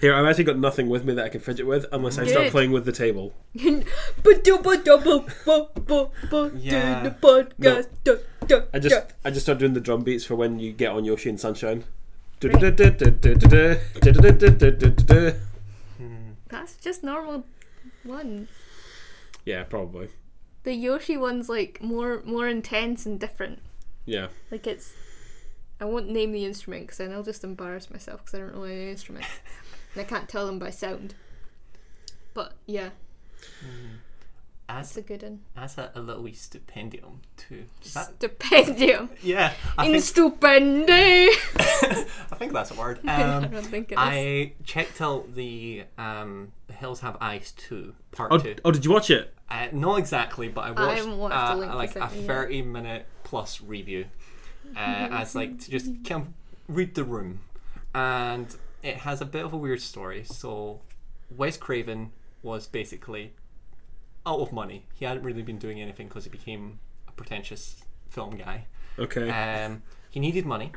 Here, I've actually got nothing with me that I can fidget with unless I start Good. playing with the table. Yeah. I just I just start doing the drum beats for when you get on Yoshi and Sunshine. Right. Du-du-du-du-du-du-du-du-du-du-du-du. That's just normal one. Yeah, probably. The Yoshi one's like more more intense and different. Yeah. Like it's. I won't name the instrument because then I'll just embarrass myself because I don't know any instruments and I can't tell them by sound. But yeah, As it's a good one. as a, a little wee stipendium too. That, Stipendium. yeah, I In think stupendo. I think that's a word. I Um, don't think it is. I checked out the um, The Hills Have Eyes two part Oh, two. oh, did you watch it? Uh, not exactly, but I watched, haven't watched uh, the link you like a sent me yet. thirty minute plus review, uh, as like to just kind of read the room, and it has a bit of a weird story. So, Wes Craven was basically out of money. He hadn't really been doing anything because he became a pretentious film guy. Okay. Um, he needed money,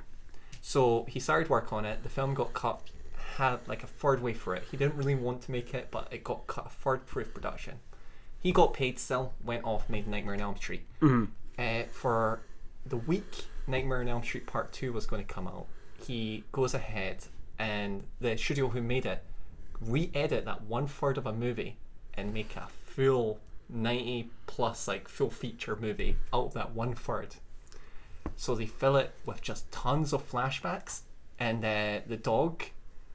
so he started work on it. The film got cut, had like a third way for it. He didn't really want to make it, but it got cut a third proof production. He got paid still, went off, made Nightmare on Elm Street. Uh, for the week Nightmare on Elm Street Part 2 was going to come out, he goes ahead and the studio who made it re edit that one third of a movie and make a full 90 plus, like full feature movie out of that one third. So they fill it with just tons of flashbacks, and uh, the dog,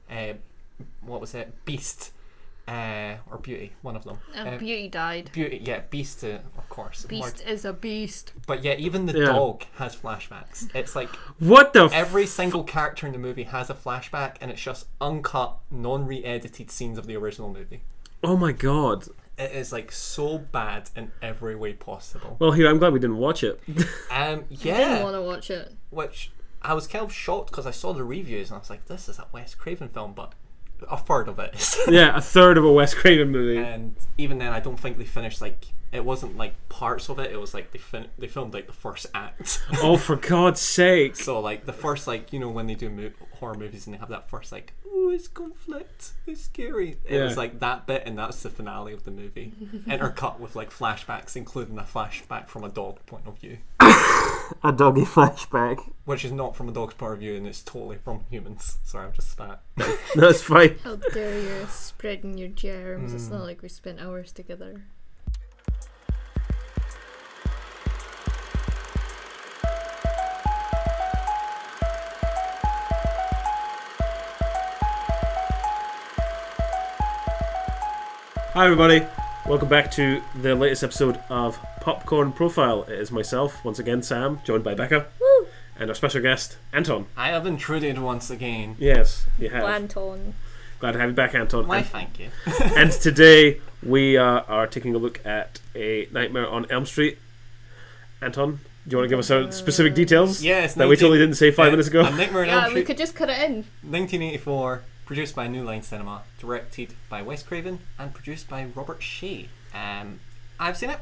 uh, what was it, Beast, uh, or Beauty, one of them. And Uh, Oh, Beauty died. Beauty, yeah, Beast, uh, of course. Or- Beast is a beast. But yeah, even the Yeah. dog has flashbacks. It's like What the? F- every single character in the movie has a flashback, and it's just uncut, non-re-edited scenes of the original movie. oh my god. It is like so bad in every way possible. Well, here I'm glad we didn't watch it. Um, I didn't yeah, want to watch it. which I was kind of shocked because I saw the reviews and I was like, "This is a Wes Craven film," but a third of it is. yeah, a third of a Wes Craven movie. and even then, I don't think they finished like it wasn't like parts of it. It was like they fin- they filmed like the first act. oh, for God's sake. So like the first like you know when they do mo- horror movies and they have that first like oh it's conflict it's scary it Yeah. was like that bit and that's the finale of the movie intercut with like flashbacks including a flashback from a dog point of view A doggy flashback. which is not from a dog's point of view and it's totally from humans sorry I'm just spat That's fine. How dare you spreading your germs? It's not like we spent hours together. Hi, everybody. Welcome back to the latest episode of Popcorn Profile. It is myself, once again, Sam, joined by Becca, Woo! and our special guest, Anton. I have intruded once again Yes, you have. Planton. Glad to have you back, Anton. why And, thank you and today we uh, are taking a look at a Nightmare on Elm Street. Anton, do you want to give us our Uh, specific details? yes That we totally didn't say five uh, minutes ago. A Nightmare on Elm Yeah, we Street, could just cut it in. 1984 produced by New Line Cinema directed by Wes Craven and produced by Robert Shea um, I've seen it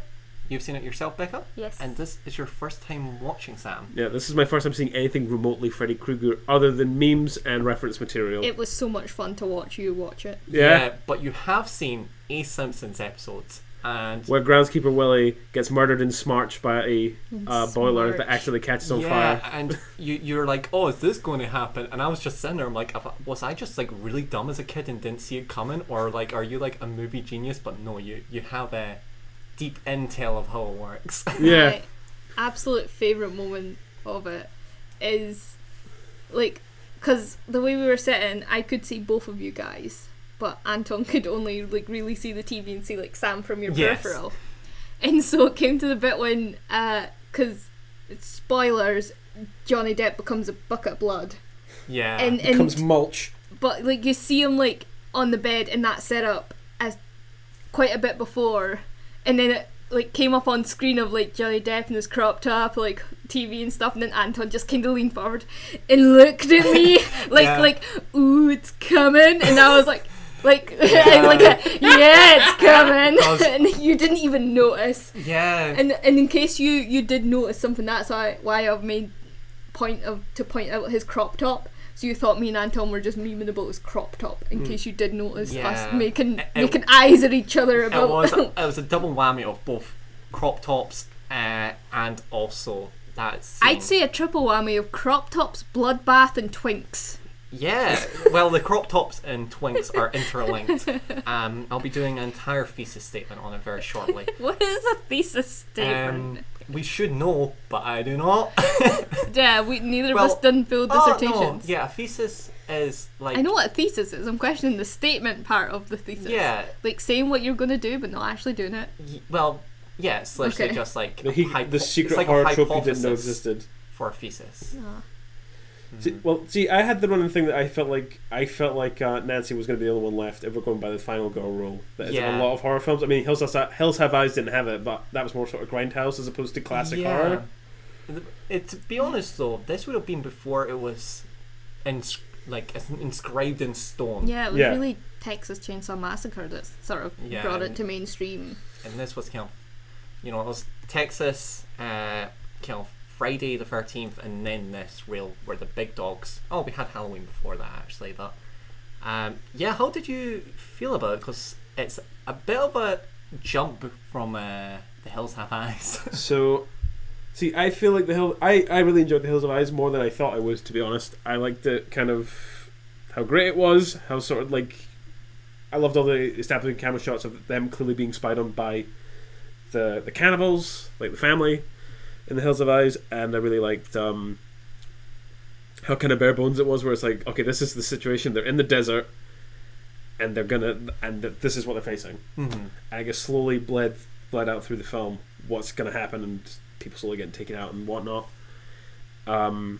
you've seen it yourself Becca Yes. And this is your first time watching Sam. Yeah, this is my first time seeing anything remotely Freddy Krueger other than memes and reference material. It was so much fun to watch you watch it. yeah. Uh, But you have seen A Simpsons episodes and Where groundskeeper Willie gets murdered in Smarch by a uh, boiler Smarch. that accidentally catches on yeah, fire. and you you're like, oh, is this going to happen? And I was just sitting there, I'm like, "Have- was I just like really dumb as a kid and didn't see it coming, or like, are you like a movie genius? But no, you you have a deep intel of how it works. Yeah. My absolute favourite moment of it is like, because the way we were sitting, I could see both of you guys, but Anton could only like really see the TV and see like Sam from your Yes. peripheral. And so it came to the bit when, because spoilers, Johnny Depp becomes a bucket of blood. yeah. And, and Becomes mulch. but like you see him like on the bed in that setup as quite a bit before and then it like came up on screen of like Johnny Depp and his crop top like TV and stuff and then Anton just kind of leaned forward and looked at me like Yeah. like ooh it's coming and I was like like and like a, yeah it's coming Because- and you didn't even notice yeah. and and in case you you did notice something that's why why I've made point of to point out his crop top So you thought me and Anton were just memeing about his crop top, in case you did notice Hmm. Yeah. us making It- it- making eyes at each other It about. was, it was a double whammy of both crop tops uh, and also that. Scene. I'd say a triple whammy of crop tops, bloodbath, and twinks. Yeah, well, the crop tops and twinks are interlinked. Um, I'll be doing an entire thesis statement on it very shortly. What is a thesis statement? Um, we should know, but I do not. yeah, we neither of Um, well, us done full Oh, no. dissertations. Yeah, a thesis is like. I know what a thesis is. I'm questioning the statement part of the thesis. Yeah, Like saying what you're gonna do, but not actually doing it. y- well, yeah, it's literally Okay. just like The, he- hypo- the secret it's like a horror trope you didn't know hypothesis Mm-hmm. existed. for a thesis. See, well, see, I had the running thing that I felt like I felt like uh, Nancy was going to be the only one left if we're going by the final girl rule. That is in Yeah. a lot of horror films. I mean, Hills, Has, Hills Have Eyes didn't have it, but that was more sort of grindhouse as opposed to classic horror. Th- It, to be honest though, this would have been before it was, ins- like it's inscribed in stone. Yeah, it was Yeah. really Texas Chainsaw Massacre that sort of Yeah, brought it and- to mainstream. And this was kind of, you know, it was Texas, uh, kind of Friday the thirteenth, and then this real were the big dogs. Oh, we had Halloween before that actually, but um, yeah. How did you feel about it? Because it's a bit of a jump from uh, the Hills Have Eyes. So, see, I feel like the hill. I, I really enjoyed the Hills of Eyes more than I thought I was. To be honest, I liked it kind of how great it was. How sort of like I loved all the establishing camera shots of them clearly being spied on by the the cannibals, like the family in the Hills of Eyes, and I really liked um, how kind of bare bones it was. Where it's like, okay, this is the situation. They're in the desert. And they're gonna, and th- this is what they're facing. mm-hmm. I guess slowly bled bled out through the film what's going to happen and people slowly getting taken out and whatnot. Um,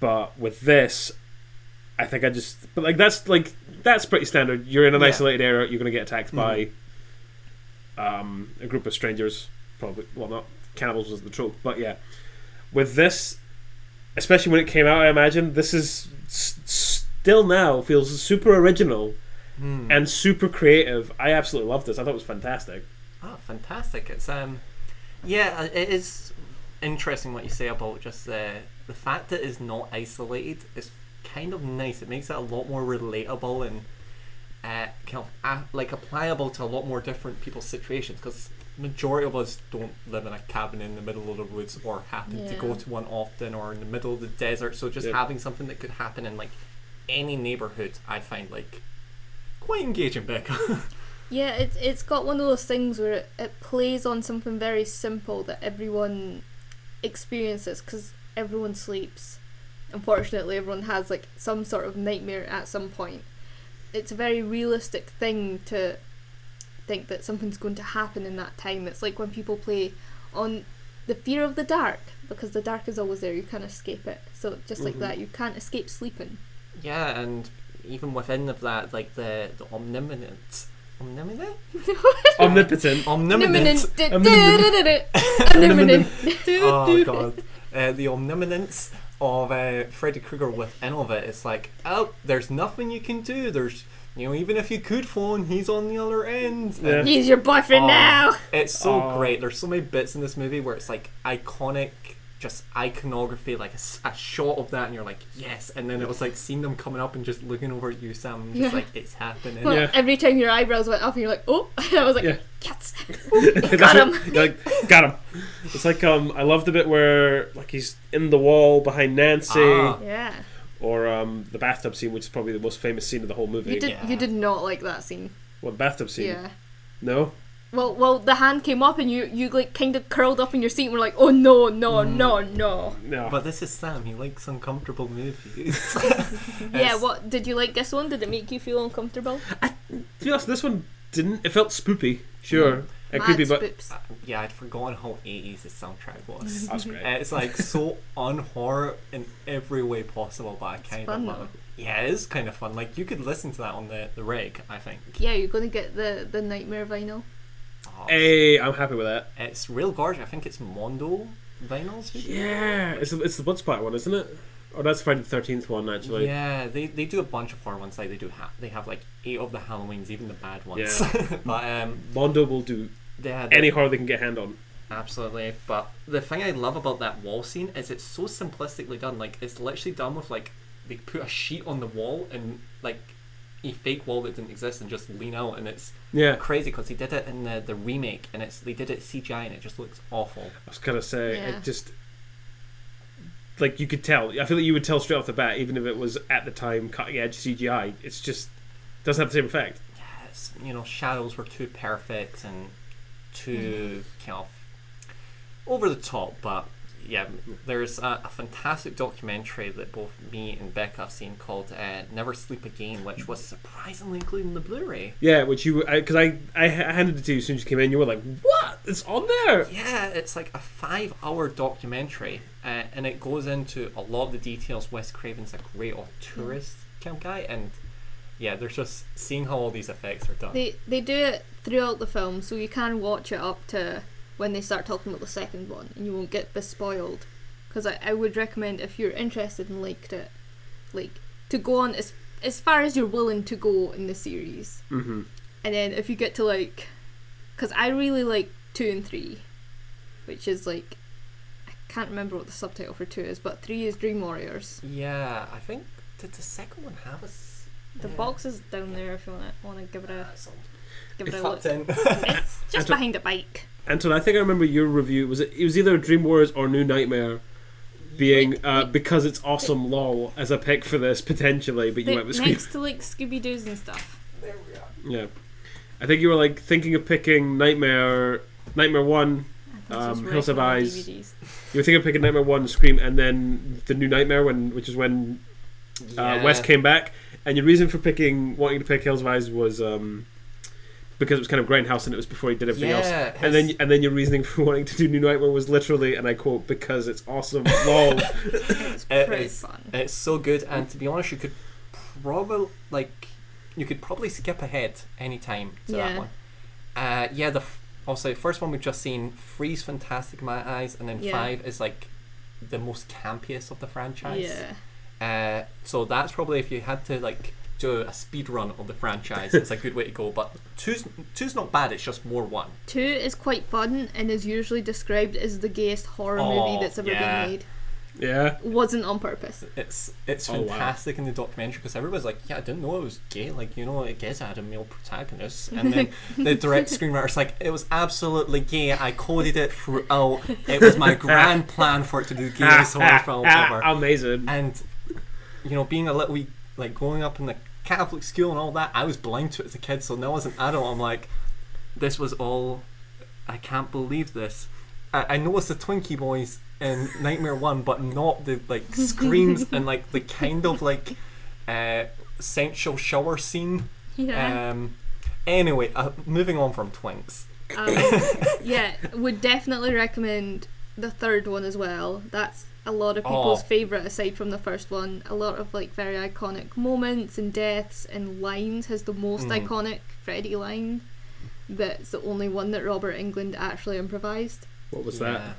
but with this, I think I just but like that's like that's pretty standard. You're in an Yeah. Mm-hmm. isolated area. You're going to get attacked by um, a group of strangers, probably. Well, not cannibals was the trope, but yeah. With this, especially when it came out, I imagine this is s- still now feels super original Hmm. and super creative. I absolutely loved this. I thought it was fantastic. Oh, fantastic! It's um, yeah, uh, it is interesting what you say about just the the fact that it's not isolated is kind of nice. It makes it a lot more relatable and uh, kind of uh, like applicable to a lot more different people's situations because majority of us don't live in a cabin in the middle of the woods or happen to Yeah. go to one often or in the middle of the desert. So just Yeah. having something that could happen in like any neighborhood, I find like quite engaging, Becca. Yeah, it's it's got one of those things where it, it plays on something very simple that everyone experiences because everyone sleeps. Unfortunately, everyone has like some sort of nightmare at some point. It's a very realistic thing to think that something's going to happen in that time. It's like when people play on the fear of the dark because the dark is always there. You can't escape it. So just like Mhm. that, you can't escape sleeping. Yeah, and even within of that, like the the omnipotent, omnipotent, Omnipotent. omnipotent. oh god, uh, the omnipotence of uh, Freddy Krueger within of it. It's like, oh, there's nothing you can do. There's, you know, even if you could phone, he's on the other end. Yeah. He's your boyfriend Oh, now. It's so Oh. great. There's so many bits in this movie where it's like iconic, just iconography, like a, s- a shot of that, and you're like, yes. And then it was like seeing them coming up and just looking over at you, Sam, and just Yeah. like it's happening. Well, Yeah. every time your eyebrows went up, and you're like, oh, I was like, Yeah. yes. That's him. what- you're like, got him. It's like um, I love the bit where like he's in the wall behind Nancy, Ah. Yeah. or um, the bathtub scene, which is probably the most famous scene of the whole movie. You did. Yeah. You did not like that scene. What bathtub scene? Yeah. No. Well, well, the hand came up, and you, you like kind of curled up in your seat, and were like, oh no, no, no, no. No. But this is Sam. He likes uncomfortable movies. Yeah. It's- What did you like this one? Did it make you feel uncomfortable? to be honest, this one didn't. It felt spoopy. Sure. Uh, Mad creepy, but spoops. yeah, I'd forgotten how eighties the soundtrack was. that's Mm-hmm. great. It's like so unhorror in every way possible, but I kind of fun, love it. Yeah, it is kind of fun. Like you could listen to that on the the rig. I think. Yeah, you're gonna get the the nightmare vinyl. Oh, hey, I'm happy with that. It's real gorgeous. I think it's Mondo vinyls. maybe? Yeah, it's the, it's the Bloodspot one, isn't it? Oh, that's Friday the Thirteenth one actually. Yeah, they, they do a bunch of horror ones. Like they do, ha- they have like eight of the Halloweens, even the bad ones. but um, Mondo will do they had any horror they can get hand on. Absolutely. But the thing I love about that wall scene is it's so simplistically done. Like it's literally done with like they put a sheet on the wall and like a fake wall that didn't exist and just lean out and it's Yeah, crazy because they did it in the, the remake and it's they did it CGI and it just looks awful. I was gonna say Yeah. it just like you could tell. I feel like you would tell straight off the bat, even if it was at the time cutting edge CGI. It's just doesn't have the same effect. It's, you know, shadows were too perfect and too kind of over the top. But yeah, there's a, a fantastic documentary that both me and Becca have seen called uh, "Never Sleep Again," which was surprisingly included in the Blu-ray. Yeah, which you because I, I ha- handed it to you as soon as you came in. You were like, "What? It's on there." Yeah, it's like a five hour documentary, uh, and it goes into a lot of the details. Wes Craven's a great tourist kind of guy, and yeah, there's just seeing how all these effects are done. They they do it throughout the film, so you can watch it up to when they start talking about the second one, and you won't get bespoiled. Because I, I would recommend if you're interested and liked it, like to go on as as far as you're willing to go in the series, Mm-hmm. and then if you get to like, because I really like two and three, which is like, I can't remember what the subtitle for two is, but three is Dream Warriors. Yeah, I think did the second one have us? The box is down there if you want to want to give it a give it a look. tucked in. It's just Anto- behind a bike. Anton, I think I remember your review. Was it? It was either Dream Warriors or New Nightmare. Being uh, because it's awesome, lol, as a pick for this potentially, but you They're might be screaming. next to like Scooby Doo's and stuff. there we are. Yeah, I think you were like thinking of picking Nightmare, Nightmare One, I think it's Um, just Hills right Have on the Eyes. DVDs. You were thinking of picking Nightmare One, Scream, and then the new Nightmare when, which is when uh, Wes came back. And your reason for picking wanting to pick Hills of Eyes was um, because it was kind of Grindhouse, and it was before he did everything else. Yeah, And then, and then your reasoning for wanting to do New Nightmare was literally, and I quote, "because it's awesome." Lol. It's It pretty is. fun. it's so good, and to be honest, you could probably like you could probably skip ahead any time to Yeah. that one. Uh, yeah, the f- also first one we've just seen, three's fantastic in my eyes, and then Yeah. five is like the most campiest of the franchise. Yeah, Uh, so that's probably if you had to like do a speed run of the franchise, it's a good way to go. But two's two's not bad. It's just more one. two is quite fun and is usually described as the gayest horror Oh, movie that's ever yeah. been made. yeah. Wasn't on purpose. It's it's Oh, wow. fantastic in the documentary because everybody's like, yeah, I didn't know it was gay. Like you know, it is I had a male protagonist, and then the direct screenwriter's like, it was absolutely gay. I coded it throughout. It was my grand plan for it to be the gayest horror film ever. Ah, Amazing. and you know, being a little wee, like growing up in the Catholic school and all that, I was blind to it as a kid. So now as an adult, I'm like, this was all. I can't believe this. I, I noticed the Twinkie Boys in Nightmare One, but not the like screams and like the kind of like uh, sensual shower scene. Yeah, Um, anyway, uh, moving on from Twinks. um, yeah. Would definitely recommend the third one as well. That's a lot of people's Oh. favorite aside from the first one. A lot of like very iconic moments and deaths and lines has the most Mhm. iconic Freddy line. That's the only one that Robert England actually improvised. What was Yeah. that?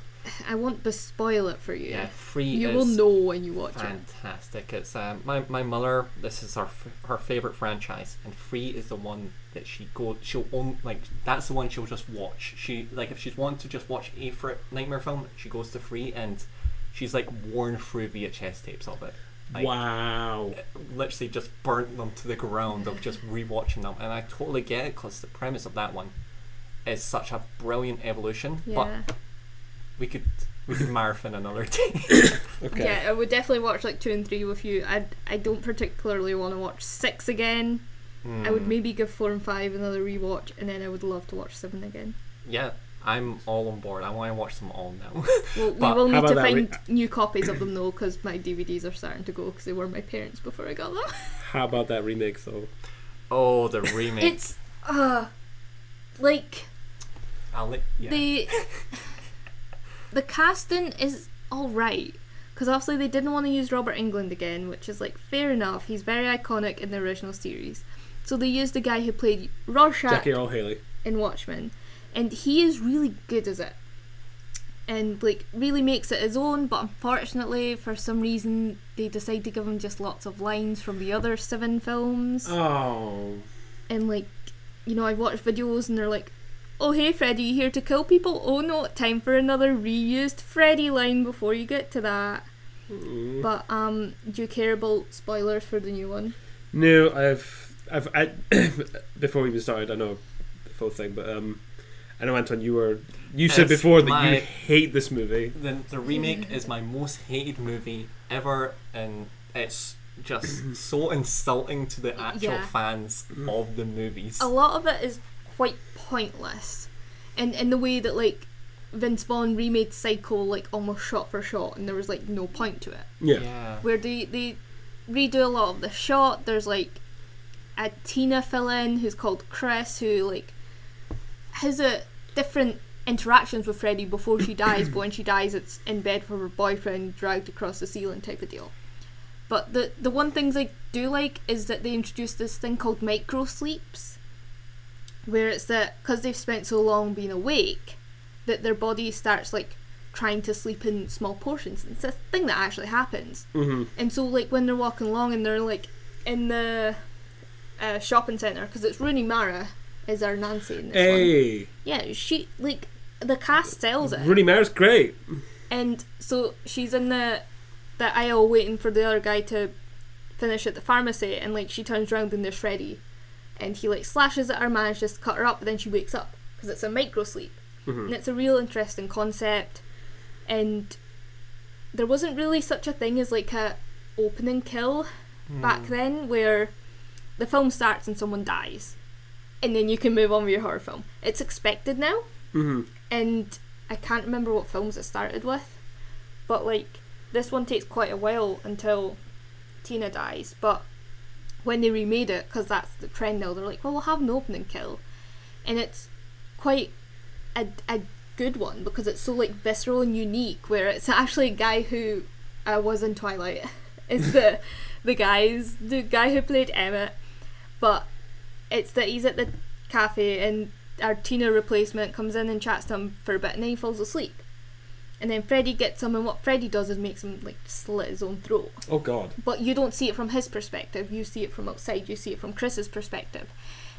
I won't bespoil it for you. Yeah, free You is will know when you watch it. Fantastic! It's uh, my my mother. This is her f- her favorite franchise, and Free is the one that she go. She'll own like that's the one she'll just watch. She like if she's wanted to just watch a fr- nightmare film, she goes to Free, and she's like worn through VHS tapes of it. Like, wow. Literally just burnt them to the ground of just rewatching them, and I totally get it because the premise of that one is such a brilliant evolution. Yeah. But we could we could marathon another day. Okay. Yeah, I would definitely watch like two and three with you. I, I don't particularly want to watch six again. I Hmm. would Mm. maybe give four and five another rewatch, and then I would love to watch seven again. Yeah, I'm all on board. I want to watch them all now. Well, we But will how need to about that re- find new copies of them though, because my DVDs are starting to go because they were my parents before I got them. How about that remake though? oh, the remake. It's uh, like I'll let- yeah. the the casting is all right because obviously they didn't want to use Robert England again, which is like fair enough. He's very iconic in the original series, so they used the guy who played Rorschach Jackie Earl Haley. in Watchmen, and he is really good as it, and like really makes it his own. But unfortunately, for some reason, they decide to give him just lots of lines from the other seven films Oh. and like you know i've watched videos and they're like Oh hey Freddy, you here to kill people? Oh no, time for another reused Freddy line before you get to that. But um, do you care about spoilers for the new one? No, I've I've I, before we even started, I know the whole thing, but um, I know Anton, you were you said It's before that my- you hate this movie. The, the remake is my most hated movie ever, and it's just so insulting to the actual Yeah. fans of the movies. A lot of it is quite pointless, and in the way that like Vince Vaughn remade Psycho like almost shot for shot, and there was like no point to it. Yeah, where they they redo a lot of the shot. There's like a Tina fill-in who's called Chris, who like has a different interactions with Freddy before she dies, but when she dies, it's in bed with her boyfriend, dragged across the ceiling type of deal. But the the one things I do like is that they introduced this thing called micro sleeps, where it's that because they've spent so long being awake, that their body starts like trying to sleep in small portions. It's a thing that actually happens. hmm And so, like, when they're walking along and they're like in the uh, shopping centre, because it's Rooney Mara is our Nancy in this one. Hey, Yeah, she like the cast sells it, Rooney Mara's great. and so she's in the the aisle waiting for the other guy to finish at the pharmacy, and like she turns around and there's Freddy, and he like slashes at her, manages to cut her up, but then she wakes up because it's a micro sleep, and it's a real interesting concept, and there wasn't really such a thing as like a opening kill back then where the film starts and someone dies and then you can move on with your horror film it's expected now hmm and i can't remember what films it started with but like this one takes quite a while until tina dies but when they remade it because that's the trend now they're like well we'll have an opening kill and it's quite a, a good one because it's so like visceral and unique where it's actually a guy who uh, was in twilight is the the guys the guy who played emmett but it's that he's at the cafe and our tina replacement comes in and chats to him for a bit and then he falls asleep and then freddy gets him and what freddy does is makes him like slit his own throat Oh God. but you don't see it from his perspective. You see it from outside. You see it from Chris's perspective,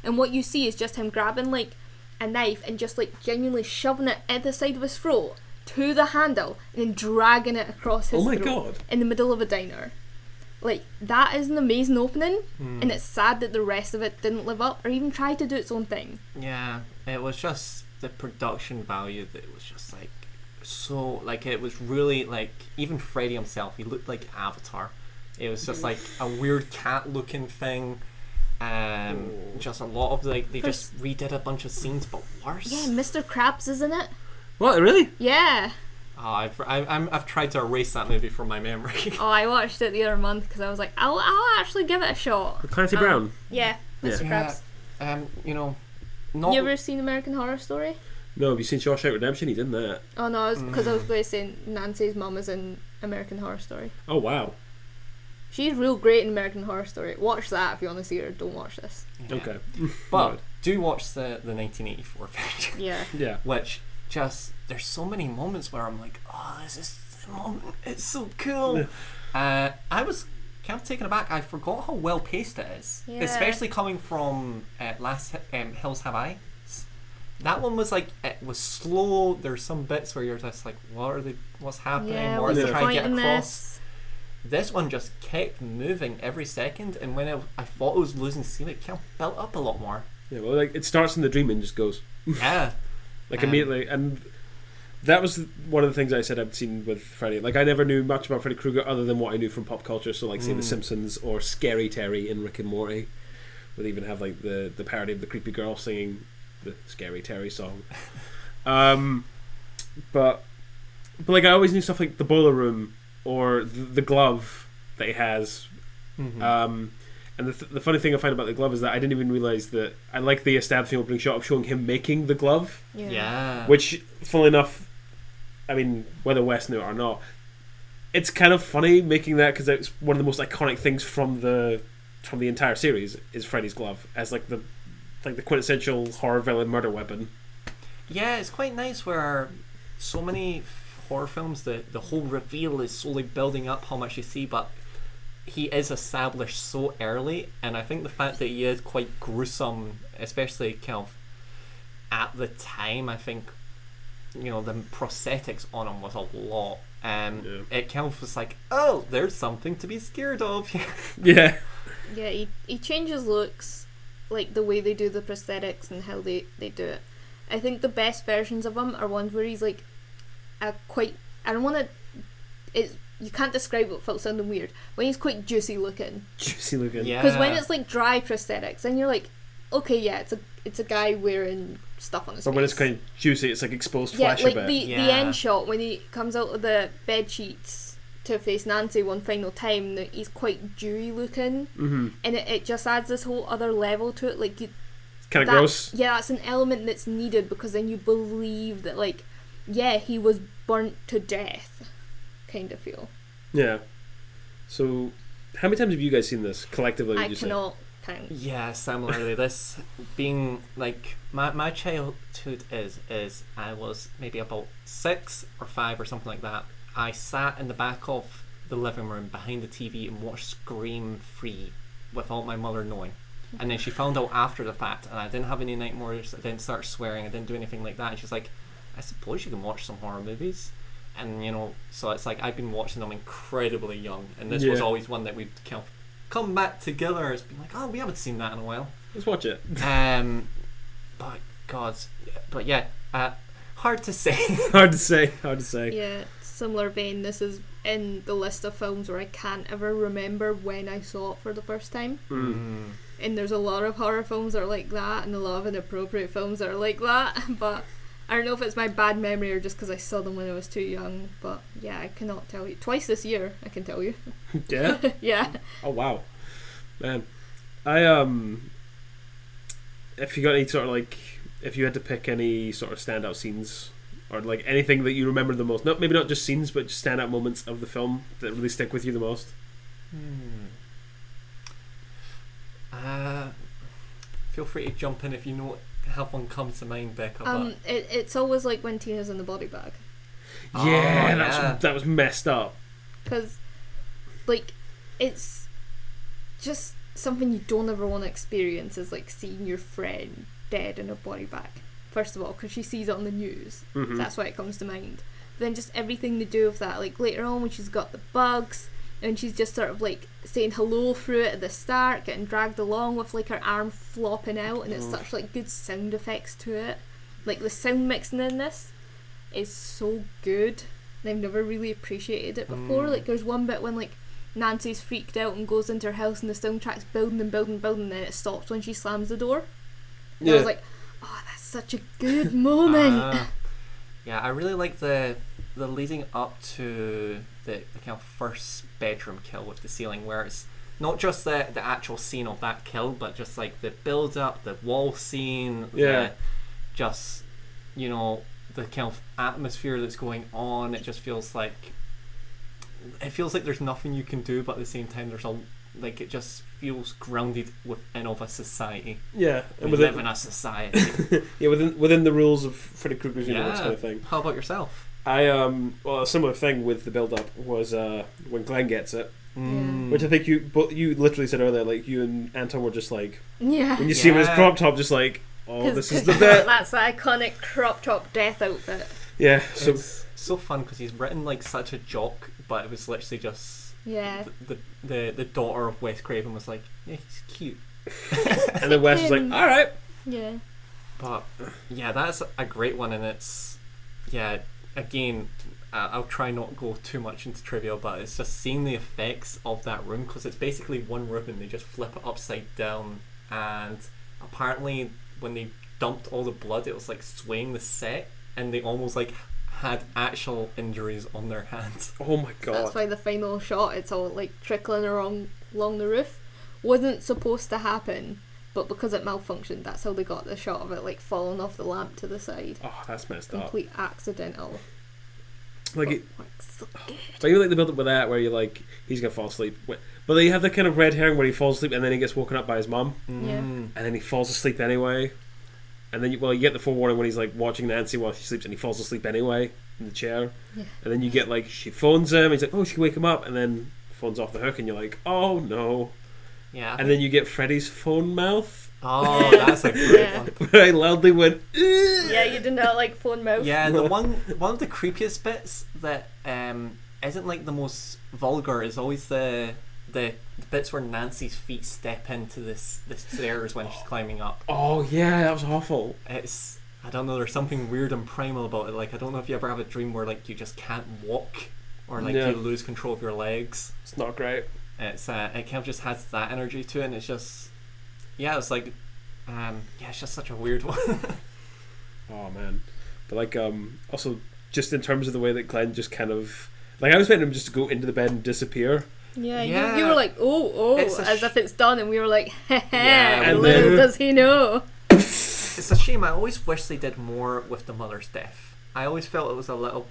and what you see is just him grabbing like a knife and just like genuinely shoving it at the side of his throat to the handle and then dragging it across his Oh my throat God. in the middle of a diner. Like that is an amazing opening, Hmm. and it's sad that the rest of it didn't live up or even try to do its own thing. Yeah, it was just the production value that was just like so like it was really like even Freddy himself he looked like Avatar. It was just like a weird cat looking thing. Um, just a lot of like they just redid a bunch of scenes, but worse. Yeah, Mr. Krabs is in it. What really? Yeah. Oh, I've I, I'm, I've tried to erase that movie from my memory. Oh, I watched it the other month because I was like, I'll, I'll actually give it a shot. Clancy Um, Brown. Yeah, Mr. Krabs. um, you know, not You ever seen American Horror Story? No, have you seen Shawshank Redemption? He's in that. Oh no, because Mm. I was going to say Nancy's mum is in American Horror Story. Oh wow. She's real great in American Horror Story. Watch that if you want to see her. Don't watch this. yeah. Okay. but do watch the the 1984 version. Yeah. Yeah. which just there's so many moments where I'm like, oh, this is the moment. It's so cool. Uh, I was kind of taken aback. I forgot how well paced it is, Yeah. especially coming from uh, Last um, Hills Have Eyes. That one was like it was slow. There's some bits where you're just like, what are they? What's happening? Yeah. what What's are the they trying to point get in across? this? This one just kept moving every second, and when I, I thought I was losing steam, it kind of built up a lot more. Yeah. Well, like it starts in the dream and just goes. Yeah. like Um, immediately and that was one of the things I said I'd seen with Freddy. Like I never knew much about Freddy Krueger other than what I knew from pop culture. So like, say The Simpsons or Scary Terry in Rick and Morty, would even have like the the parody of the creepy girl singing the Scary Terry song. um, but but like I always knew stuff like the boiler room or the, the glove that he has Mhm. um, and the, th- the funny thing I find about the glove is that I didn't even realize that I like the establishing opening shot of showing him making the glove, Yeah. yeah. which, funnily enough, I mean, whether West knew it or not, it's kind of funny making that because it's one of the most iconic things from the from the entire series is Freddy's glove as like the like the quintessential horror villain murder weapon. Yeah, it's quite nice where so many f- horror films the the whole reveal is slowly building up how much you see, but he is established so early, and I think the fact that he is quite gruesome, especially kind of at the time, I think, you know, the prosthetics on him was a lot. Um, Yeah. It kind of was like, oh, there's something to be scared of. Yeah. Yeah, he, he changes looks, like the way they do the prosthetics and how they, they do it. I think the best versions of him are ones where he's like a quite. I don't want to. It's you can't describe it without sounding weird. When he's quite juicy looking, Juicy looking. yeah. because when it's like dry prosthetics, then you're like, okay, yeah, it's a it's a guy wearing stuff on his Or face. when it's kind of juicy, it's like exposed yeah, flesh like a the bit. the Yeah. end shot when he comes out of the bed sheets to face Nancy one final time. that He's quite dewy looking mm-hmm. and it, it just adds this whole other level to it like you Kind of that- gross. yeah that's an element that's needed because then you believe that like yeah he was burnt to death kind of feel Yeah. So, how many times have you guys seen this collectively? Would i you cannot count Yeah, similarly, this being like my my childhood is is I was maybe about six or five or something like that. I sat in the back of the living room behind the TV and watched Scream Free without my mother knowing. And then she found out after the fact, and I didn't have any nightmares. I didn't start swearing. I didn't do anything like that. And she's like, "I suppose you can watch some horror movies." And you know, so it's like I've been watching them incredibly young, and this was Yeah. always one that we'd kind of come back together. It's been like, oh, we haven't seen that in a while. say? Let's watch it. Um, but God, but yeah, uh, hard to say. Hard to say. Hard to say. yeah similar vein this is in the list of films where i can't ever remember when i saw it for the first time Mm. and there's a lot of horror films that are like that and a lot of inappropriate films that are like that but i don't know if it's my bad memory or just because i saw them when i was too young but yeah i cannot tell you twice this year i can tell you Yeah. yeah Oh wow, man. I um, if you got any sort of like, if you had to pick any sort of standout scenes or like anything that you remember the most, not maybe not just scenes, but just standout moments of the film that really stick with you the most. Hmm. Uh, feel free to jump in if you know what have one comes to mind, Becca. um it, it's always like when tina's in the body bag Oh, yeah, that's yeah. that was messed up. because like it's just something you don't ever want to experience is like seeing your friend dead in a body bag first of all because she sees it on the news Mm. Mhm. that's why it comes to mind then just everything they do with that like later on when she's got the bugs and she's just sort of like saying hello through it at the start getting dragged along with like her arm flopping out and it's Mm. such like good sound effects to it like the sound mixing in this is so good and I've never really appreciated it before. Mm. Like there's one bit when like Nancy's freaked out and goes into her house and the soundtrack's building and building and building and then it stops when she slams the door. And I was like, Oh, that's such a good moment. Ah. yeah, I really like the the leading up to the, the kind of first bedroom kill with the ceiling, where it's not just the the actual scene of that kill, but just like the build up, the wall scene, Yeah. the, just you know the kind of atmosphere that's going on. It just feels like it feels like there's nothing you can do, but at the same time, there's a like it just feels grounded within of a society. yeah, We and live within, in a society. yeah, within within the rules of Freddy Krueger's universe Yeah. kind of thing. How about yourself? I um, well, a similar thing with the build up was uh when Glenn gets it, Mm. which I think you but you literally said earlier, like you and Anton were just like. yeah. When you see him in his Yeah. crop top, just like, oh, 'Cause- this is 'cause the bit. That's the iconic crop top death outfit. Yeah, so it's so fun because he's written like such a jock, but it was literally just Yeah. the, the the the daughter of Wes Craven was like, yeah, he's cute, and then Wes was like, Chicken. all right, Yeah. but yeah, that's a great one, and it's yeah, again, I- I'll try not go too much into trivia, but it's just seeing the effects of that room because it's basically one room and they just flip it upside down, and apparently when they dumped all the blood, it was like swaying the set, and they almost like had actual injuries on their hands. oh my That's god, why the final shot, it's all like trickling along along the roof, wasn't supposed to happen, but because it malfunctioned, that's how they got the shot of it like falling off the lamp to the side. oh, that's messed up. Complete accidental. Like, it, Works. so you like the build up with that, where you're like, he's gonna fall asleep, Wait, but then you have the kind of red herring where he falls asleep and then he gets woken up by his mum, Hmm. Yeah. and then he falls asleep anyway, and then you, well, you get the forewarning when he's like watching Nancy while she sleeps, and he falls asleep anyway in the chair, Yeah. and then you get like she phones him, he's like, oh, she can wake him up, and Uh-huh. then phones off the hook, and you're like, oh no, Yeah. and then you get Freddy's phone mouth. Oh, that's a great Yeah. one. I loudly went. "Ugh." Yeah, you did not like phone mouth. Yeah, the one one of the creepiest bits that um, isn't like the most vulgar is always the the bits where Nancy's feet step into this this stairs when she's climbing up. Oh yeah, that was awful. It's I don't know. There's something weird and primal about it. Like I don't know if you ever have a dream where like you just can't walk or like Yeah. you lose control of your legs. It's not great. It's uh, it kind of just has that energy to it. and It's just yeah, it's like um, yeah, it's just such a weird one. Oh man, but like um also just in terms of the way that Glenn just kind of like I was expecting him just to go into the bed and disappear. Yeah, Yeah. You, you were like, oh, oh, It's a as sh- if it's done, and we were like, heh heh, Yeah, and little then- does he know. It's a shame. I always wish they did more with the mother's death. I always felt it was a little,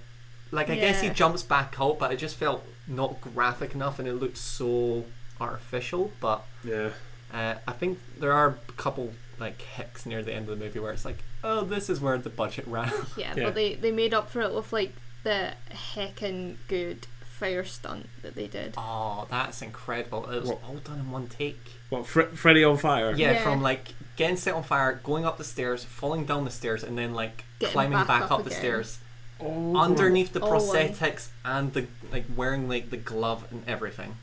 like I guess he Yeah. jumps back out, but it just felt not graphic enough, and it looked so artificial. But Yeah. uh, I think there are a couple like hicks near the end of the movie where it's like, oh, this is where the budget ran. Yeah, Yeah. but they, they made up for it with like the heckin' good fire stunt that they did. oh, that's incredible! It was What? all done in one take. What Fre- Freddy on fire? Yeah, Yeah. from like getting set on fire, going up the stairs, falling down the stairs, and then like Getting climbing back, back up, up the again. stairs. Oh. underneath the Oh, wow. prosthetics and the like wearing like the glove and everything.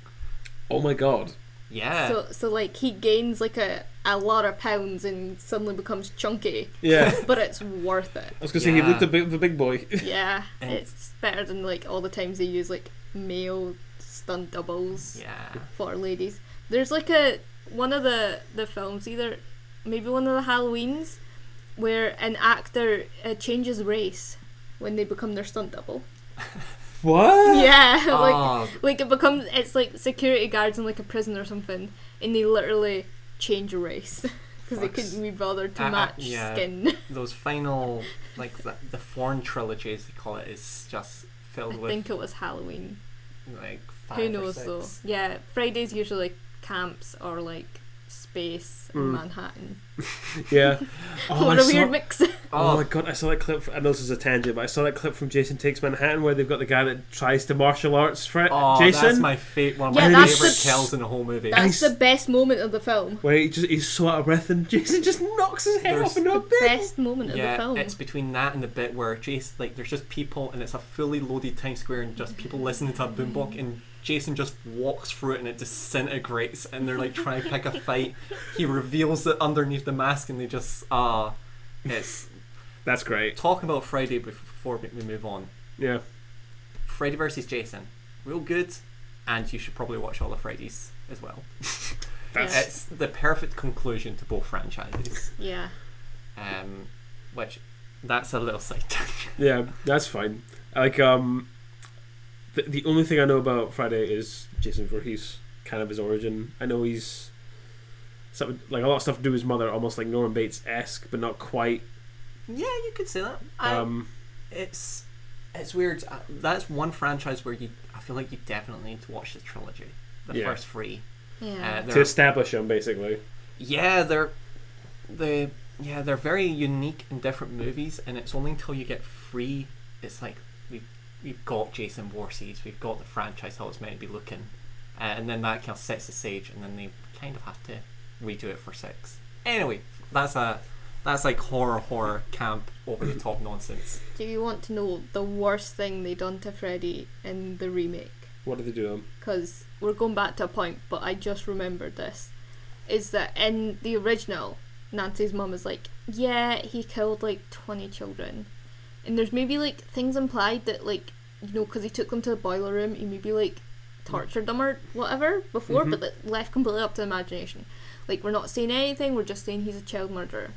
Oh my god. Yeah. So so like he gains like a, a lot of pounds and suddenly becomes chunky, Yeah. but it's worth it. I was gonna say he Yeah. looked a bit of a big boy. Yeah, And- it's better than like all the times they use like male stunt doubles yeah. for ladies. There's like a one of the the films either maybe one of the Halloweens where an actor uh, changes race when they become their stunt double. what? Yeah, like Oh, like it becomes it's like security guards in like a prison or something, and they literally change a race because they Fucks. couldn't be bothered to Uh, uh, match yeah. skin. those final like the, the foreign trilogy as they call it is just I filled with think it was Halloween. like five Who or knows six. though? Yeah, Fridays usually camps or like space in Mm. Manhattan. Yeah. Oh, what I a saw- weird mix. Oh Oh, my god, I saw that clip. I know this is a tangent, but I saw that clip from Jason Takes Manhattan where they've got the guy that tries to martial arts for oh, Jason. that's my fa- one of Yeah, my that's favorite the- tells in the whole movie. That's Nice. the best moment of the film. Where he just he's so out of breath and Jason just knocks his head There's- off into a bed. Best moment of the yeah, film. it's between that and the bit where Jason, like, there's just people, and it's a fully loaded Times Square, and just people listening to a boombox, and Jason just walks through it, and it disintegrates, and they're like trying to pick a fight. He reveals it underneath the mask, and they just ah, it's That's great. talking about Friday before we move on. Yeah. Friday versus Jason, real good, and you should probably watch all the Fridays as well. That's Yeah. It's the perfect conclusion to both franchises, Yeah. um, which that's a little side tangent. Yeah, that's fine. Like, um, the, the only thing I know about Friday is Jason Voorhees, kind of his origin. I know he's something like a lot of stuff to do with his mother, almost like Norman Bates esque, but not quite. Yeah, you could say that. I- Um, it's it's weird. Uh, That's one franchise where you I feel like you definitely need to watch the trilogy, the Yeah. first three. Yeah. Uh, to they're, establish him, basically. yeah, they're they yeah they're very unique and different movies, and it's only until you get three it's like we we've got Jason Voorhees, we've got the franchise how it's meant to be looking, uh, and then that kind of sets the stage, and then they kind of have to redo it for six. Anyway, that's a that's like horror horror camp over the top nonsense. Do you want to know the worst thing they done to Freddy in the remake? What did they do to him? Because we're going back to a point, but I just remembered this. Is that in the original, Nancy's mum is like, yeah, he killed like 20 children. And there's maybe like things implied that, like, you know, because he took them to the boiler room, he maybe like tortured them or whatever before, but that left completely up to the imagination. Like, we're not saying anything, we're just saying he's a child murderer.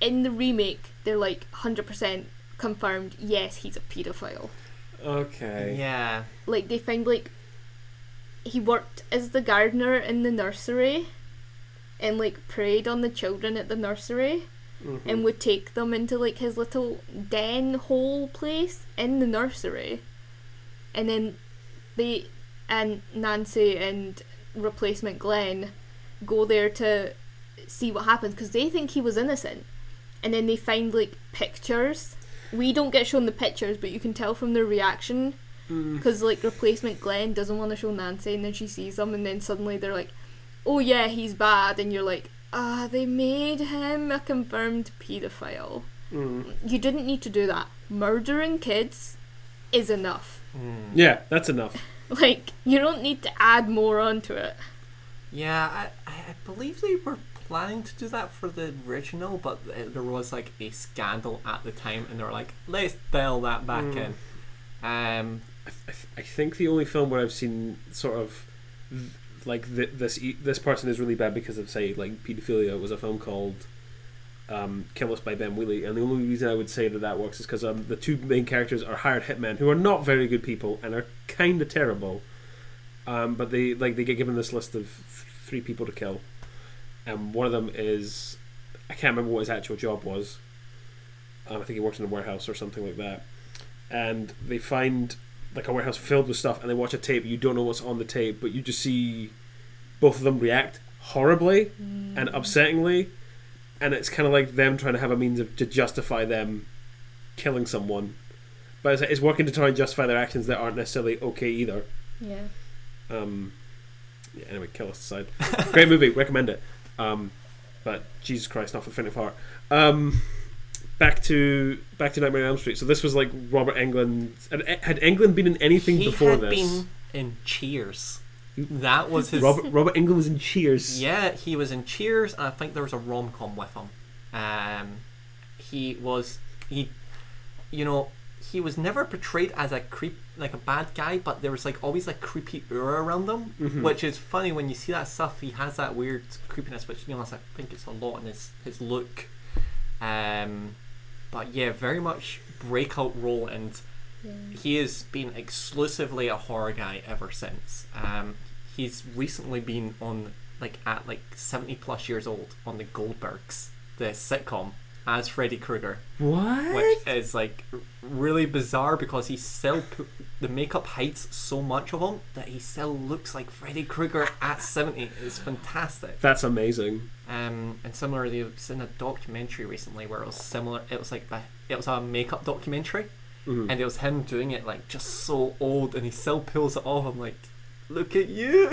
In the remake, they're like 100% confirmed, yes, he's a paedophile Okay. Yeah. like they find like he worked as the gardener in the nursery and like preyed on the children at the nursery Mm-hmm. and would take them into like his little den hole place in the nursery and then they and nancy and replacement glenn go there to see what happens because they think he was innocent and then they find like pictures we don't get shown the pictures but you can tell from their reaction because like replacement Glenn doesn't want to show Nancy, and then she sees them, and then suddenly they're like, "Oh yeah, he's bad," and you're like, ah, they made him a confirmed paedophile. Mm. You didn't need to do that. Murdering kids is enough. Mm. Yeah, that's enough. Like, you don't need to add more onto it. Yeah, I, I I believe they were planning to do that for the original, but th- there was like a scandal at the time, and they were like, let's dial that back Mm. in. Um, I, th- I think the only film where I've seen sort of th- like th- this e- this person is really bad because of say like pedophilia was a film called um, Kill Us by Ben Wheatley, and the only reason I would say that that works is because um, the two main characters are hired hitmen who are not very good people and are kind of terrible, um, but they like they get given this list of th- three people to kill, and one of them is I can't remember what his actual job was. Um, I think he worked in a warehouse or something like that, and they find like a warehouse filled with stuff and they watch a tape you don't know what's on the tape but you just see both of them react horribly and upsettingly and it's kind of like them trying to have a means of to justify them killing someone but it's, it's working to try and justify their actions that aren't necessarily okay either Yeah. um yeah, anyway kill us aside great movie recommend it um but jesus christ not for the faint of heart um back to back to nightmare on elm street so this was like robert england had- had england been in anything he before had this been in Cheers. That was his. Robert Robert England was in Cheers. Yeah, he was in Cheers, and I think there was a rom com with him. Um, he was he, you know, he was never portrayed as a creep like a bad guy, but there was like always like creepy aura around him, Mhm. which is funny when you see that stuff. He has that weird creepiness, which to be honest, I think it's a lot in his his look. Um, but yeah, very much breakout role, and he has been exclusively a horror guy ever since. Um, he's recently been on like at like seventy plus years old on the Goldbergs, the sitcom, as Freddy Krueger, What? which is like r- really bizarre because he still put, the makeup hides so much of him that he still looks like Freddy Krueger at seventy. It's fantastic. That's amazing. Um, and similarly, I've seen a documentary recently where it was similar. It was like a, it was a makeup documentary, Mhm. and it was him doing it like just so old, and he still pulls it off. I'm like, look at you,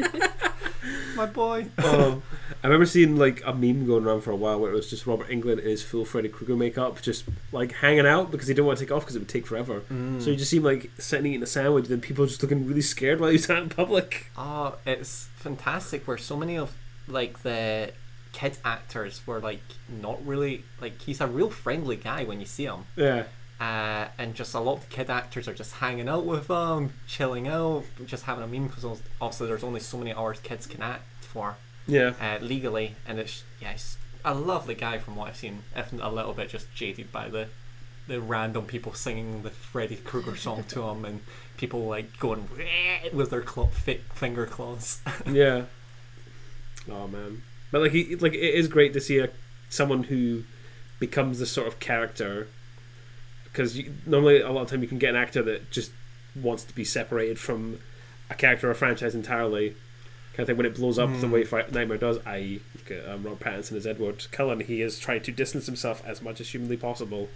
my boy. Oh, I remember seeing like a meme going around for a while where it was just Robert England in his full Freddy Krueger makeup, just like hanging out because he didn't want to take off because it would take forever. Mm. So you just seem like sitting eating a sandwich, then people just looking really scared while he was out in public. Oh, it's fantastic where so many of like the kid actors were like not really like he's a real friendly guy when you see him. Yeah, uh, and just a lot of kid actors are just hanging out with them, chilling out, just having a meme because obviously there's only so many hours kids can act for yeah. uh, legally, and it's yeah, he's a lovely guy from what I've seen, if a little bit just jaded by the the random people singing the Freddy Krueger song to him, and people like going "Wah!" with their claw, fi- finger claws. yeah. Oh man, but like he, like it is great to see a someone who becomes this sort of character because normally a lot of time you can get an actor that just wants to be separated from a character or franchise entirely. Kind of thing when it blows up the way Fright Nightmare does. I um, Rob Pattinson as Edward Cullen, he is trying to distance himself as much as humanly possible.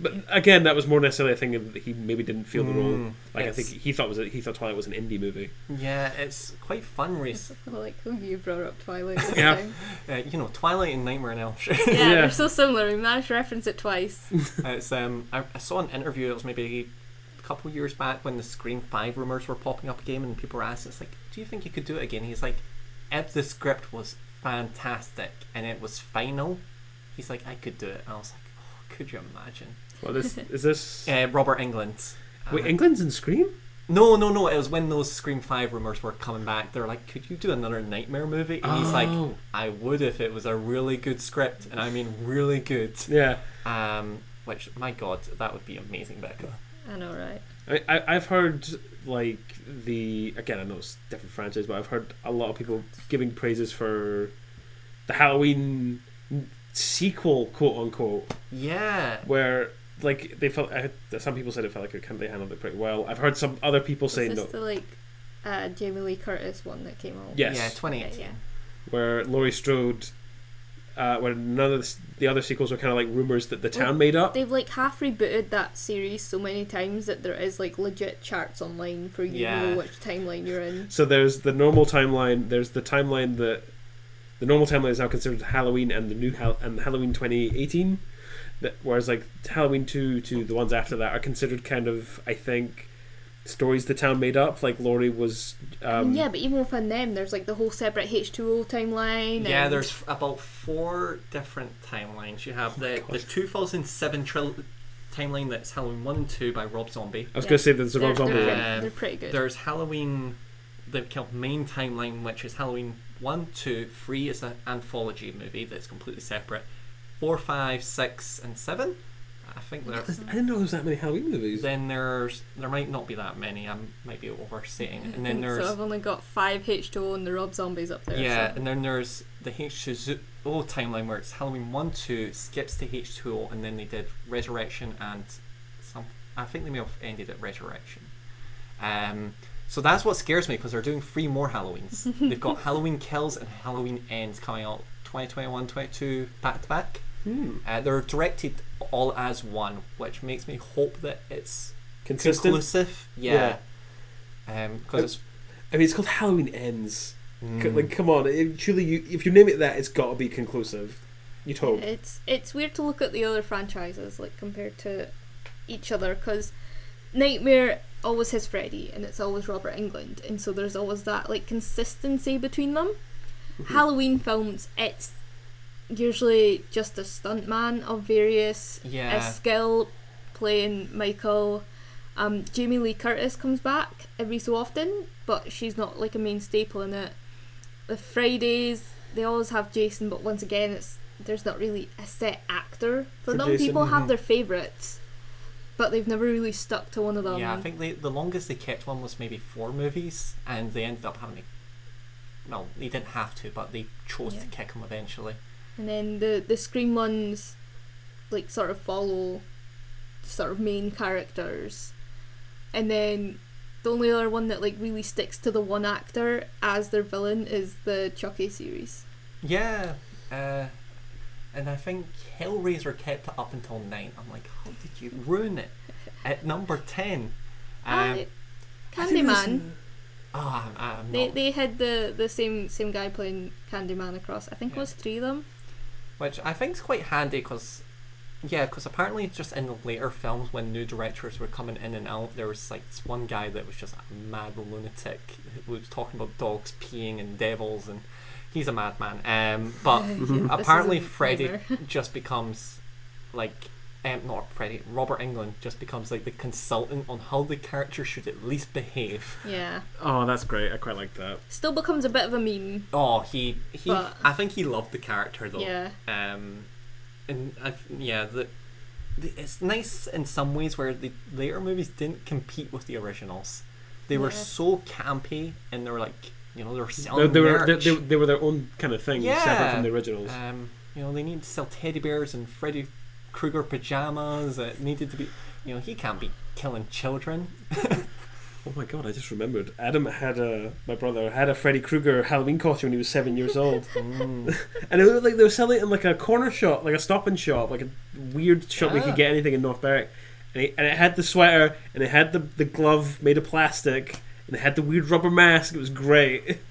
But again, that was more necessarily a thing that he maybe didn't feel the role. Mm, Like I yes. think he thought was a, he thought Twilight was an indie movie. yeah, it's quite fun. Race, Like, oh, you brought up Twilight this Yeah. time. uh, you know, Twilight and Nightmare on Elm Street. Yeah, Yeah. they're so similar. We managed to reference it twice. It's um, I, I saw an interview. It was maybe a couple years back when the Scream Five rumors were popping up again, and people were asking, "It's like, do you think you could do it again?" He's like, "If the script was fantastic and it was final, he's like, I could do it." And I was like, oh, "Could you imagine?" Well, this is this. Uh, Robert England. Uh, Wait, England's in Scream? no, no, no. It was when those Scream Five rumors were coming back. They're like, "Could you do another Nightmare movie?" And he's like, Oh. "I would if it was a really good script, and I mean really good." Yeah. Um, which, my God, that would be amazing, Becca. I know, right? I, I, I've heard, like, the. Again, I know it's different franchise, but I've heard a lot of people giving praises for the Halloween sequel, quote unquote, Yeah. where, like, they felt. I, some people said it felt like it, kind of- they handled it pretty well. I've heard some other people say Is no. this the, like, uh, Jamie Lee Curtis one that came out? Yes. Yeah, Yeah, 2018. yeah. where Laurie Strode. Uh, when none of the, s- the other sequels were kind of like rumors that the town made up. They've like half rebooted that series so many times that there is like legit charts online for you Yeah. know which timeline you're in. So there's the normal timeline. There's the timeline that The normal timeline is now considered Halloween and the new Hal- and Halloween 2018. That, whereas like Halloween 2 to the ones after that are considered kind of I think stories the town made up. Like Laurie was um, yeah, but even within them, there's like the whole separate H2O timeline. Yeah, and- there's f- about four different timelines. You have the, the 2007 tril- timeline that's Halloween 1 and 2 by Rob Zombie. I was yeah. gonna say there's a they're, Rob Zombie they're, one. one. They're pretty good. There's Halloween, the kind of main timeline, which is Halloween 1, 2, 3 is an anthology movie that's completely separate. 4, 5, 6, and 7? I think there's. I didn't know there was that many Halloween movies. Then there's there might not be that many. I might be overstating it. And then Mm-hmm. so there's I've only got five H2O and the Rob Zombies up there. Yeah, so. and then there's the H2O timeline where it's Halloween 1 2, skips to H2O, and then they did Resurrection and some. I think they may have ended at Resurrection. Um, so that's what scares me because they're doing three more Halloweens. They've got Halloween Kills and Halloween Ends coming out 2021 22 back to back. Hmm. Uh, they're directed all as one, which makes me hope that it's Consistent. inclusive. Yeah. Because it's. I mean, it's called Halloween Ends. C- Like, come on! It, surely, you if you name it that, it's got to be conclusive. You'd hope. It's it's weird to look at the other franchises like compared to each other because Nightmare always has Freddy and it's always Robert England and so there's always that like consistency between them. Mm-hmm. Halloween films, it's usually just a stuntman of various Yeah. a skill playing Michael. Um, Jamie Lee Curtis comes back every so often, but she's not like a main staple in it. The Fridays they always have Jason, but once again, it's there's not really a set actor for, For them. Jason, People mhm. have their favorites, but they've never really stuck to one of them. yeah, I think they, the longest they kept one was maybe four movies, and they ended up having to. Well, they didn't have to, but they chose to Yeah. kick them eventually. And then the the Scream ones, like sort of follow, sort of main characters, and then the only other one that like really sticks to the one actor as their villain is the Chucky series. Yeah, uh, and I think Hellraiser kept it up until nine. I'm like, how did you ruin it? At number ten, Ah, um, Candyman. ah, I'm, I'm They, not- they had the, the same same guy playing Candyman across. I think Yeah. it was three of them. which I think is quite handy because, yeah, because apparently just in the later films when new directors were coming in and out, there was like this one guy that was just a mad lunatic who was talking about dogs peeing and devils, and he's a madman. Um, but This is apparently a Freddy nightmare. just becomes like. Um, not Freddy. Robert England just becomes like the consultant on how the character should at least behave. Yeah, Oh, that's great! I quite like that. still becomes a bit of a meme. Oh, he he. But- I think he loved the character though. Yeah. Um, and I yeah the. the- It's nice in some ways where the later movies didn't compete with the originals. They were Yeah. so campy, and they were like, you know, they were They, selling they were they, merch. they, they were their own kind of thing, separate from the originals. Um, you know, they needed to sell teddy bears and Freddy Krueger pajamas. It needed to be, you know, he can't be killing children. oh my god! I just remembered. Adam had a my brother had a Freddy Krueger Halloween costume when he was seven years old, and it was like they were selling it in like a corner shop, like a stop and shop, like a weird shop where you Ah. could get anything in North Berwick. And it, and it had the sweater, and it had the the glove made of plastic, and it had the weird rubber mask. It was great.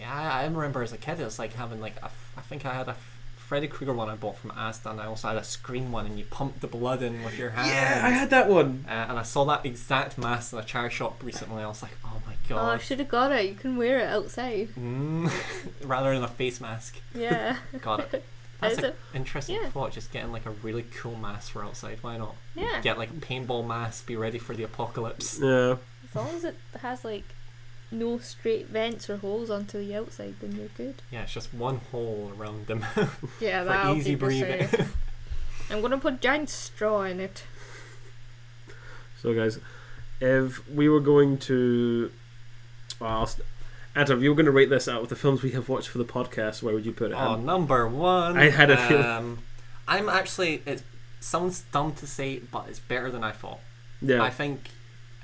Yeah, I I remember as a kid, it was like having like a f I think I had a f- Freddy Krueger one I bought from Asda, and I also had a Scream one, and you pumped the blood in with your hand. Yeah, I had that one. Uh, and I saw that exact mask in a charity shop recently. and I was like, oh my Oh, I god. should have got it. You can wear it outside. mm. Rather than a face mask. Yeah, Got it. That's Is an it? interesting Yeah. thought, just getting like a really cool mask for outside. Why not? yeah. Get like a paintball mask, be ready for the apocalypse. Yeah. As long as it has like no straight vents or holes onto the outside, then you're good. Yeah, it's just one hole around them. Yeah, For that'll easy keep us breathing. safe. I'm gonna put giant straw in it. So, guys, if we were going to, well, I'll st- Anton, if you were going to rate this out of the films we have watched for the podcast, where would you put it? Oh, Um, number one. I had a feeling- Um, I'm actually. It sounds dumb to say, but it's better than I thought. yeah, I think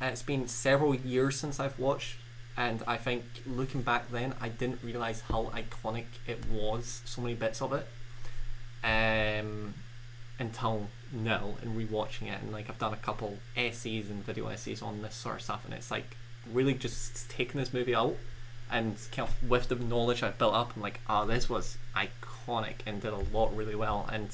it's been several years since I've watched, and I think looking back then, I didn't realize how iconic it was. So many bits of it. Um, until now, and rewatching it, and like I've done a couple essays and video essays on this sort of stuff, and it's like really just taking this movie out and kind of with the knowledge I built up, I'm like, ah, this was iconic and did a lot really well and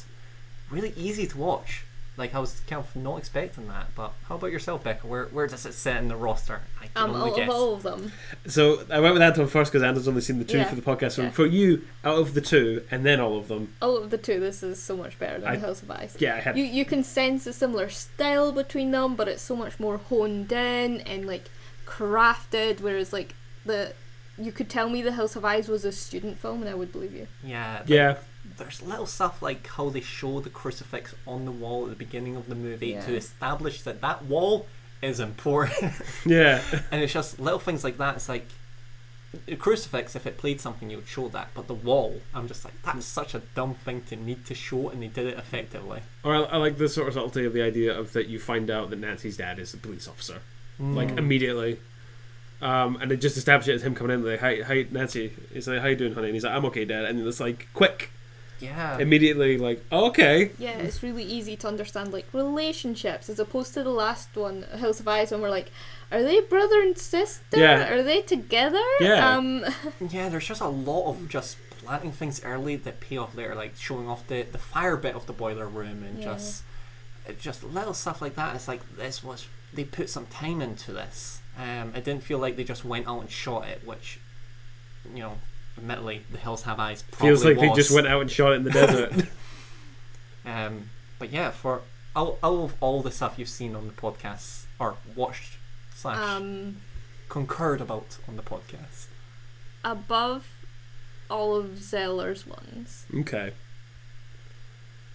really easy to watch. Like I was kind of not expecting that. But how about yourself, Becca? Where where does it sit in the roster? I can Um, only all, guess. of all of them. So I went with Anton first because Anton's only seen the two Yeah. for the podcast. So Yeah. for you, out of the two, and then all of them, All of the two, this is so much better than I- the House of Ice. yeah, I had You you can sense a similar style between them, but it's so much more honed in and like crafted. Whereas like the you could tell me the House of Eyes was a student film, and I would believe you. Yeah, yeah, there's little stuff like how they show the crucifix on the wall at the beginning of the movie Yeah. to establish that that wall is important yeah, and it's just little things like that it's like the crucifix if it played something you would show that but the wall i'm just like that's such a dumb thing to need to show and they did it effectively Or I, I like the sort of subtlety of the idea of that you find out that Nancy's dad is a police officer, like immediately, um, and it just establishes him coming in like, "Hi, hi, Nancy." He's like, "How you doing, honey?" And he's like, "I'm okay, dad." And it's like quick, yeah immediately, like, oh, "Okay." Yeah, it's really easy to understand like relationships as opposed to the last one, House of Eyes, when we're like, are they brother and sister? Yeah. Are they together? Yeah. Um, yeah there's just a lot of just planting things early that pay off later like showing off the the fire bit of the boiler room and Yeah. just it just little stuff like that it's like this was they put some time into this um it didn't feel like they just went out and shot it which you know admittedly the hills have eyes probably Feels like they was. just went out and shot it in the desert. Um, but yeah, for out, out of all the stuff you've seen on the podcast or watched slash um, concurred about on the podcast, above all of Zeller's ones, okay,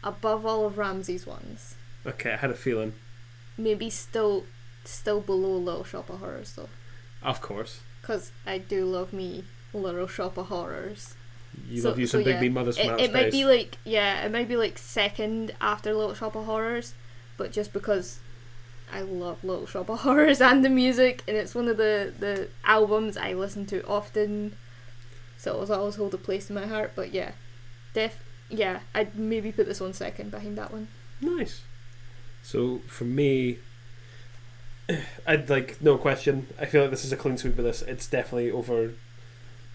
above all of Ramsey's ones, okay, I had a feeling. maybe still, still below Little Shop of Horrors though, Of course, because I do love me Little Shop of Horrors. you So- love you so some big yeah. D mothers from it, outer it might space. be like yeah it might be like second after little shop of horrors but just because i love little shop of horrors and the music and it's one of the the albums i listen to often so it'll always hold a place in my heart but yeah def yeah i'd maybe put this one second behind that one Nice. So for me, I'd like no question. I feel like this is a clean sweep of this. It's definitely over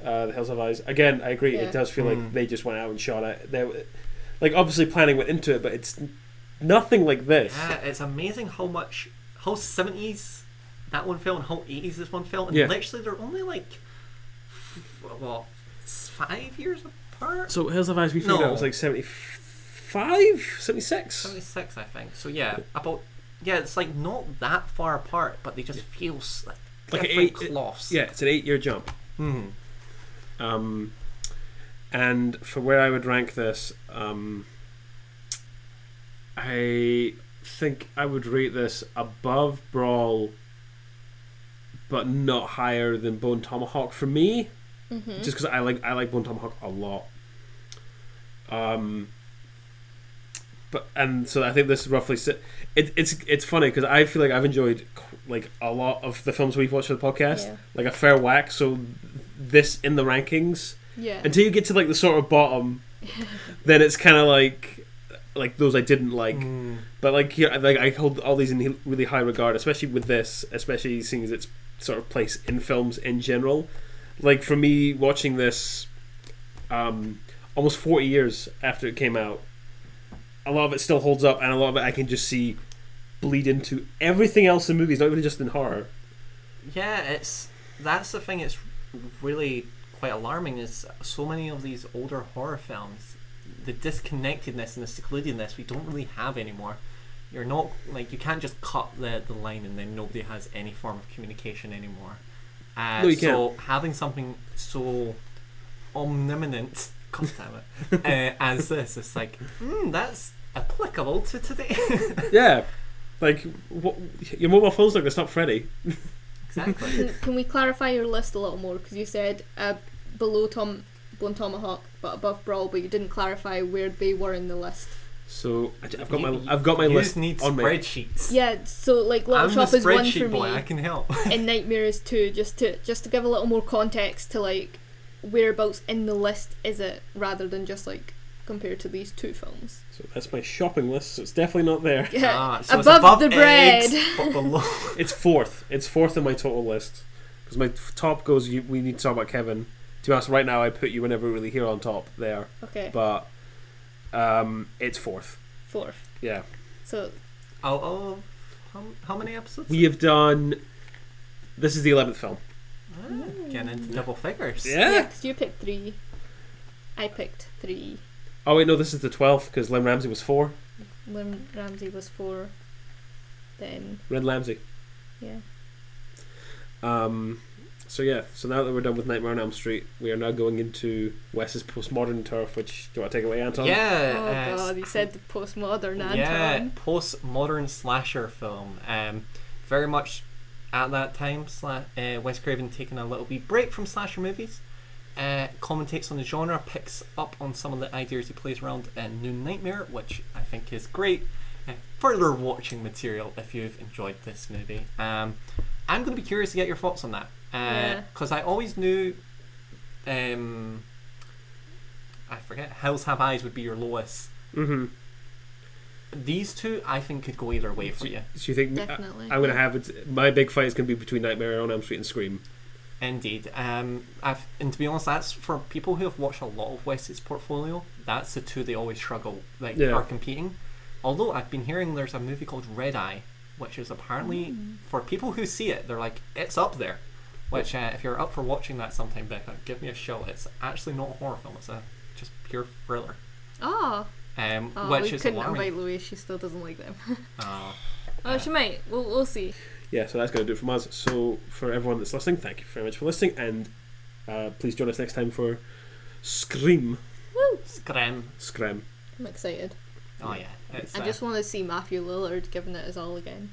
uh, the Hills Have Eyes. Again, I agree. Yeah. It does feel Mm. like they just went out and shot it. They, were- like obviously planning went into it, but it's n- nothing like this. yeah, it's amazing how much how seventies that one fell and how eighties this one fell, and Yeah. literally they're only like what five years apart. So Hills Have Eyes, we figured No. out was like 75? 76? 76, I think. So yeah, about yeah, it's like not that far apart, but they just feel like, Like different eight- cloths. Yeah, it's an eight-year jump. Hmm. Um, and for where I would rank this, um, I think I would rate this above Brawl, but not higher than Bone Tomahawk for me. mm-hmm. Just because I like I like Bone Tomahawk a lot. Um, but and so I think this roughly sit. It, it's it's funny because I feel like I've enjoyed qu- like a lot of the films we've watched for the podcast, Yeah. like a fair whack. So this in the rankings yeah until you get to like the sort of bottom, then it's kind of like like those I didn't like. Hmm. But like here, like I hold all these in really high regard, especially with this, especially seeing as its sort of place in films in general. Like for me, watching this, um, almost forty years after it came out, a lot of it still holds up, and a lot of it I can just see bleed into everything else in movies, not even just in horror. Yeah, it's that's the thing. It's really quite alarming. Is so many of these older horror films, the disconnectedness and the secludedness we don't really have anymore. You're not like you can't just cut the the line and then nobody has any form of communication anymore. Uh, No, you so having something so omniminent, God damn it, uh, as this, it's like mm, that's applicable to today. Yeah, like what, your mobile phone's not gonna stop Freddy. exactly. can, can we clarify your list a little more because you said uh, below tom bone tomahawk but above brawl but you didn't clarify where they were in the list So I- I've got You- my I've got my you list just need on my spreadsheets. yeah so like little I'm shop the is spreadsheet one for boy. me I can help. and Nightmare is two, just to just to give a little more context to like whereabouts in the list is it, rather than just like compared to these two films. so that's my shopping list. So it's definitely not there. Yeah, Ah, so it's above, the bread. eggs, but below. It's fourth. It's fourth in my total list. 'Cause because my f- top goes. You, we need to talk about Kevin. To be honest, right now I put you whenever really here on top there, Okay. but um, it's fourth. Four. Yeah, So Oh, oh how, how many episodes? we have done. This is the eleventh film. Ah, getting into double figures. yeah, 'cause you picked three. I picked three. Oh wait, no, this is the twelfth because Len Ramsey was four. Lim Ramsey was four. Then Red Ramsey. yeah. Um, so yeah, so now that we're done with Nightmare on Elm Street, we are now going into Wes's postmodern turf. Which do you want to take away, Anton? Yeah. oh uh, it's god, he said the postmodern Anton. Yeah, post-modern slasher film. Um, very much at that time, sla- uh, Wes Craven taking a little wee break from slasher movies, uh, commentates on the genre, picks up on some of the ideas he plays around in New Nightmare, which I think is great. Uh, further watching material if you've enjoyed this movie. Um, I'm going to be curious to get your thoughts on that Yeah. because I always knew. Um, I forget. Hells Have Eyes would be your lowest Mm-hmm. these two, I think, could go either way for you. So you think I- Definitely. I'm gonna have it? My big fight is gonna be between Nightmare on Elm Street and Scream. Indeed. Um, I've, and to be honest, that's for people who have watched a lot of Wes's portfolio. That's the two they always struggle, like, Yeah. are competing. Although I've been hearing there's a movie called Red Eye, which is apparently Mm. for people who see it, they're like, it's up there. Which, uh, if you're up for watching that sometime, Becca, give me a shout. It's actually not a horror film; it's a just pure thriller, Oh, um, oh which we is couldn't alarming. invite Louise. She still doesn't like them. Uh, oh, she might. We'll we'll see. Yeah, so that's gonna do it from us. So for everyone that's listening, thank you very much for listening, and uh, please join us next time for Scream. Woo! Scram! Scream. I'm excited. Oh yeah, it's, I uh, just want to see Matthew Lillard giving it his all again.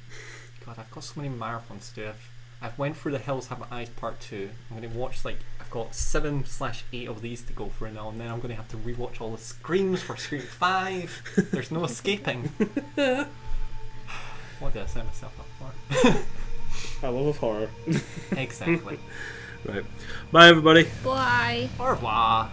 God, I've got so many marathons to do. I've, I've went through the Hills Have Eyes Part Two. I'm gonna watch like I've got seven slash eight of these to go through now, and then I'm gonna have to rewatch all the screams for Scream Five. There's no escaping. what did I set myself up I love of horror. for? Exactly. Right. Bye, everybody. Bye. Au revoir.